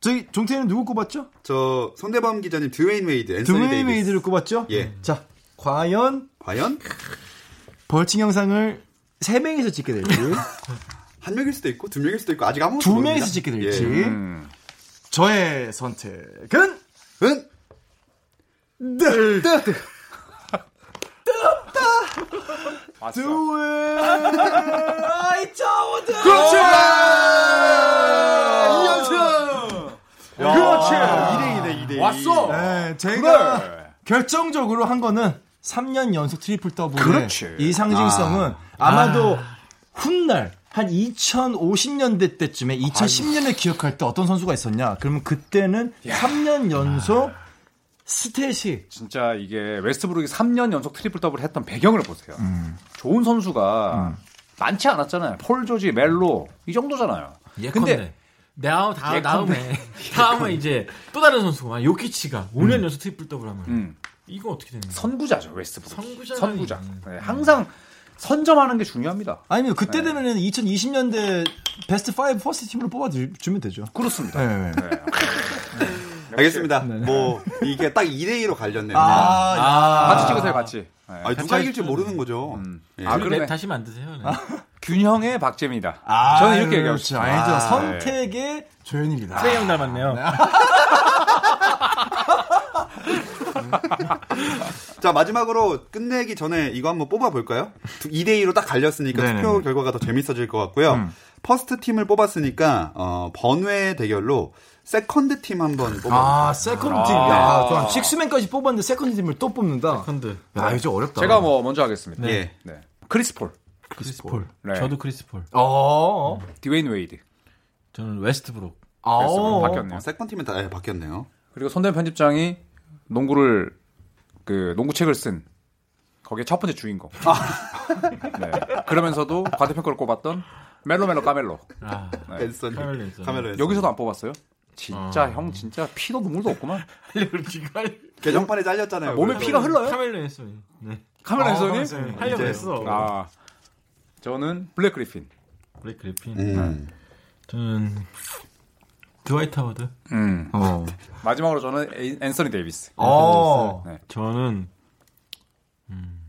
Speaker 3: 저희 종태는 누구 꼽았죠?
Speaker 2: 저 손대범 기자님 드웨인 웨이드, 앤서니
Speaker 3: 드웨이
Speaker 2: 데이비스.
Speaker 3: 메이드를 꼽았죠?
Speaker 2: 예.
Speaker 3: 자, 과연
Speaker 2: 과연
Speaker 3: 벌칙 영상을 세 명이서 찍게 될지,
Speaker 2: 한 명일 수도 있고 두 명일 수도 있고 아직 아무도
Speaker 3: 두 명이서 찍게 될지.
Speaker 2: 예.
Speaker 4: 음.
Speaker 3: 저의 선택은
Speaker 2: 은 네.
Speaker 4: 맞어.
Speaker 3: 드웨이저우드
Speaker 4: 그렇지.
Speaker 2: 그렇지.
Speaker 3: 그렇죠!
Speaker 2: 2대 2대 2대.
Speaker 4: 왔어.
Speaker 3: 네, 제가
Speaker 4: 그걸.
Speaker 3: 결정적으로 한 거는 3년 연속 트리플 더블의
Speaker 4: 그렇지.
Speaker 3: 이 상징성은 아. 마도 훗날 한 2050년대 때쯤에 2010년에 기억할 때 어떤 선수가 있었냐? 그러면 그때는 3년 연속 스탯이
Speaker 4: 진짜 이게 웨스트브룩이 3년 연속 트리플 더블 했던 배경을 보세요. 좋은 선수가 많지 않았잖아요. 폴 조지, 멜로 이 정도잖아요.
Speaker 5: 예컨대. 다음, 다음, 다음에, 다음에 이제 또 다른 선수가, 요키치가 5년 연속 트리플 더블 하면,
Speaker 4: 음.
Speaker 5: 이거 어떻게 되는 거야?
Speaker 4: 선구자죠 웨스트브룩.
Speaker 5: 선구자라니.
Speaker 4: 선구자. 네, 항상 선점하는 게 중요합니다.
Speaker 3: 아니면 그때 되면은 2020년대 베스트 5 퍼스트 팀으로 뽑아 주면 되죠.
Speaker 4: 그렇습니다.
Speaker 3: 네.
Speaker 2: 알겠습니다.
Speaker 5: 네.
Speaker 2: 뭐 이게 딱 2대 2로 갈렸네요. 아,
Speaker 3: 아,
Speaker 4: 같이 찍으세요, 같이. 네.
Speaker 2: 누가 이길지 모르는 거죠. 예.
Speaker 4: 아,
Speaker 5: 그
Speaker 4: 그러네.
Speaker 5: 다시 만드세요. 네.
Speaker 4: 균형의 박재민이다.
Speaker 3: 아,
Speaker 4: 저는 이렇게 얘기하고
Speaker 3: 그렇죠.
Speaker 4: 싶어요.
Speaker 3: 아니죠.
Speaker 4: 아, 네.
Speaker 3: 선택의
Speaker 5: 네.
Speaker 3: 조현입니다.
Speaker 5: 트레이 형 닮았네요.
Speaker 2: 자 마지막으로 끝내기 전에 이거 한번 뽑아볼까요? 2대 2로 딱 갈렸으니까
Speaker 6: 네네네.
Speaker 2: 투표 결과가 더 재밌어질 것 같고요. 퍼스트 팀을 뽑았으니까 어, 번외 대결로 세컨드 팀 한번 뽑아.
Speaker 3: 아, 세컨드 팀. 야, 좋아. 식스맨까지 뽑았는데 세컨드 팀을 또 뽑는다.
Speaker 5: 컨드
Speaker 6: 야, 이거 좀 어렵다.
Speaker 4: 제가 뭐 먼저 하겠습니다.
Speaker 2: 네. 예.
Speaker 4: 네. 크리스폴,
Speaker 5: 크리스폴.
Speaker 4: 네.
Speaker 5: 저도 크리스폴.
Speaker 3: 어.
Speaker 4: 디웨인 웨이드.
Speaker 5: 저는 웨스트브룩.
Speaker 3: 아,
Speaker 4: 그래서
Speaker 3: 어.
Speaker 4: 바뀌었네요.
Speaker 2: 세컨 팀은 다 아예 바뀌었네요.
Speaker 4: 그리고 손대 편집장이 농구를 그 농구책을 쓴 거기에 첫 번째 주인공. 네. 그러면서도 과대평가를 꼽았던 멜로멜로 까멜로.
Speaker 5: 아,
Speaker 2: 앤서니
Speaker 5: 카멜로 앤서니.
Speaker 2: 카멜로 앤서니.
Speaker 4: 여기서도 안 뽑았어요. 진짜 형 진짜 피도 눈물도 없구만.
Speaker 5: 하려고 지금
Speaker 2: 개정판에 잘렸잖아요.
Speaker 4: 아, 몸에
Speaker 2: 그래서.
Speaker 4: 피가 흘러요?
Speaker 5: 카멜로 했어요. 네.
Speaker 4: 카메라
Speaker 6: 아,
Speaker 4: 해서님.
Speaker 6: 선생님.
Speaker 5: 하려고 했어.
Speaker 4: 아 저는 블랙 그리핀.
Speaker 5: 블랙 그리핀.
Speaker 2: 음.
Speaker 5: 저는 드와이트 하워드.
Speaker 4: 음.
Speaker 6: 어.
Speaker 4: 마지막으로 저는 에- 앤서니 데이비스.
Speaker 3: 어.
Speaker 4: 네.
Speaker 5: 저는 음,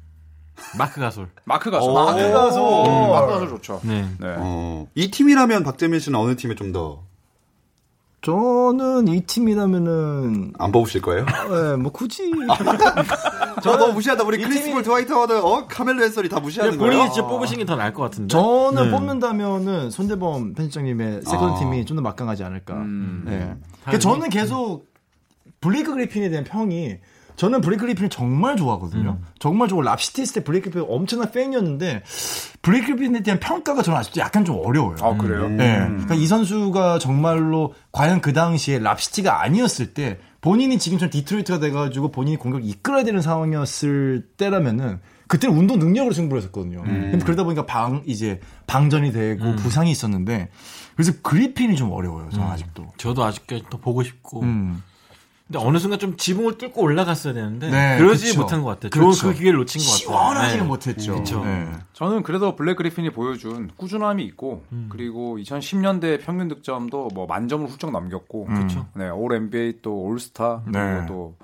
Speaker 5: 마크 가솔.
Speaker 4: 마크 가수.
Speaker 2: 마크 가수.
Speaker 4: 음, 마크 가수 좋죠.
Speaker 5: 네.
Speaker 4: 네.
Speaker 2: 어, 이 팀이라면 박재민 씨는 어느 팀에 좀 더 안
Speaker 3: 저는 이 팀이라면은
Speaker 2: 뽑으실 거예요?
Speaker 3: 예, 뭐 굳이
Speaker 2: 저 너무 무시하다. 우리
Speaker 3: 이
Speaker 2: 크리스폴
Speaker 3: 팀이-
Speaker 2: 드와이트 하워드, 어 카멜로 앤서니 다 무시하는 거예요.
Speaker 5: 네, 본인이 진짜 뽑으신 게 더 나을 것 같은데.
Speaker 3: 저는
Speaker 5: 네.
Speaker 3: 뽑는다면은 손대범 편집장님의 세컨드 팀이 좀 더 막강하지 않을까.
Speaker 4: 아. 음.
Speaker 3: 예. 그러니까 저는 계속 블레이크 그리핀에 대한 평이 저는 블레이크 그리핀을 정말 좋아하거든요.
Speaker 4: 음.
Speaker 3: 정말 좋고 랍시티스 때 블레이크 그리핀 엄청난 팬이었는데 블레이크 그리핀에 대한 평가가 저는 아직도 약간 좀 어려워요.
Speaker 4: 아 그래요.
Speaker 2: 음.
Speaker 3: 예.
Speaker 6: 네.
Speaker 3: 그러니까 이 선수가 정말로 과연 그 당시에 랍시티가 아니었을 때 본인이 지금처럼 디트로이트가 돼가지고 본인이 공격 이끌어야 되는 상황이었을 때라면은 그때는 운동 능력으로 승부를 했었거든요. 근데 그러다 보니까 방 이제 방전이 되고 부상이 있었는데 그래서 그리핀이 좀 어려워요. 저는 아직도.
Speaker 5: 저도 아직까지 더 보고 싶고.
Speaker 3: 음.
Speaker 5: 근데 어느 순간 좀 지붕을 뚫고 올라갔어야 되는데
Speaker 3: 네,
Speaker 5: 그러지
Speaker 3: 그쵸.
Speaker 5: 못한 것 같아요.
Speaker 3: 그렇죠.
Speaker 5: 좋은 그 기회를 놓친 것 같아요.
Speaker 3: 시원하지
Speaker 5: 네.
Speaker 3: 못했죠.
Speaker 5: 그쵸.
Speaker 3: 네.
Speaker 4: 저는 그래도 블랙 그리핀이 보여준 꾸준함이 있고 그리고 2010년대 평균 득점도 뭐 만점을 훌쩍 넘겼고
Speaker 5: 그쵸.
Speaker 4: 네, 올 NBA 또 올스타
Speaker 6: 네.
Speaker 4: 그리고 또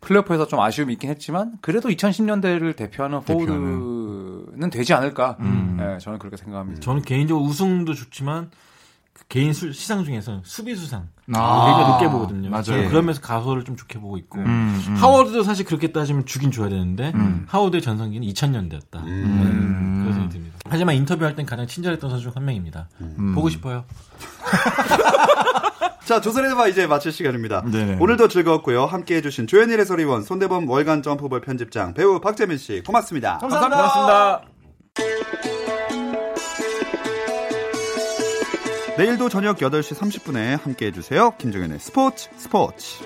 Speaker 4: 플레이오프에서 좀 아쉬움이 있긴 했지만 그래도 2010년대를 대표하는 포워드는 되지 않을까 네, 저는 그렇게 생각합니다.
Speaker 5: 저는 개인적으로 우승도 좋지만 그 개인 수- 시상 중에서 수비 수상
Speaker 6: 아.
Speaker 5: 굉장히 높게 보거든요.
Speaker 6: 맞아요. 음,
Speaker 5: 저는 그러면서 가서를 좀 좋게 보고 있고 하워드도 사실 그렇게 따지면 주긴 줘야 되는데 하워드의 전성기는 2000년대였다. 네, 그런 생각이 듭니다. 하지만 인터뷰할 땐 가장 친절했던 선수 중 한 명입니다.
Speaker 6: 음.
Speaker 5: 보고 싶어요.
Speaker 2: 자, 조선의바 이제 마칠 시간입니다.
Speaker 6: 네네.
Speaker 2: 오늘도 즐거웠고요. 함께 해주신 조현일 해설위원, 손대범 월간 점프볼 편집장, 배우 박재민 씨, 고맙습니다.
Speaker 3: 감사합니다.
Speaker 4: 고맙습니다.
Speaker 2: 내일도 저녁 8시 30분에 함께 해주세요. 김종현의 스포츠 스포츠.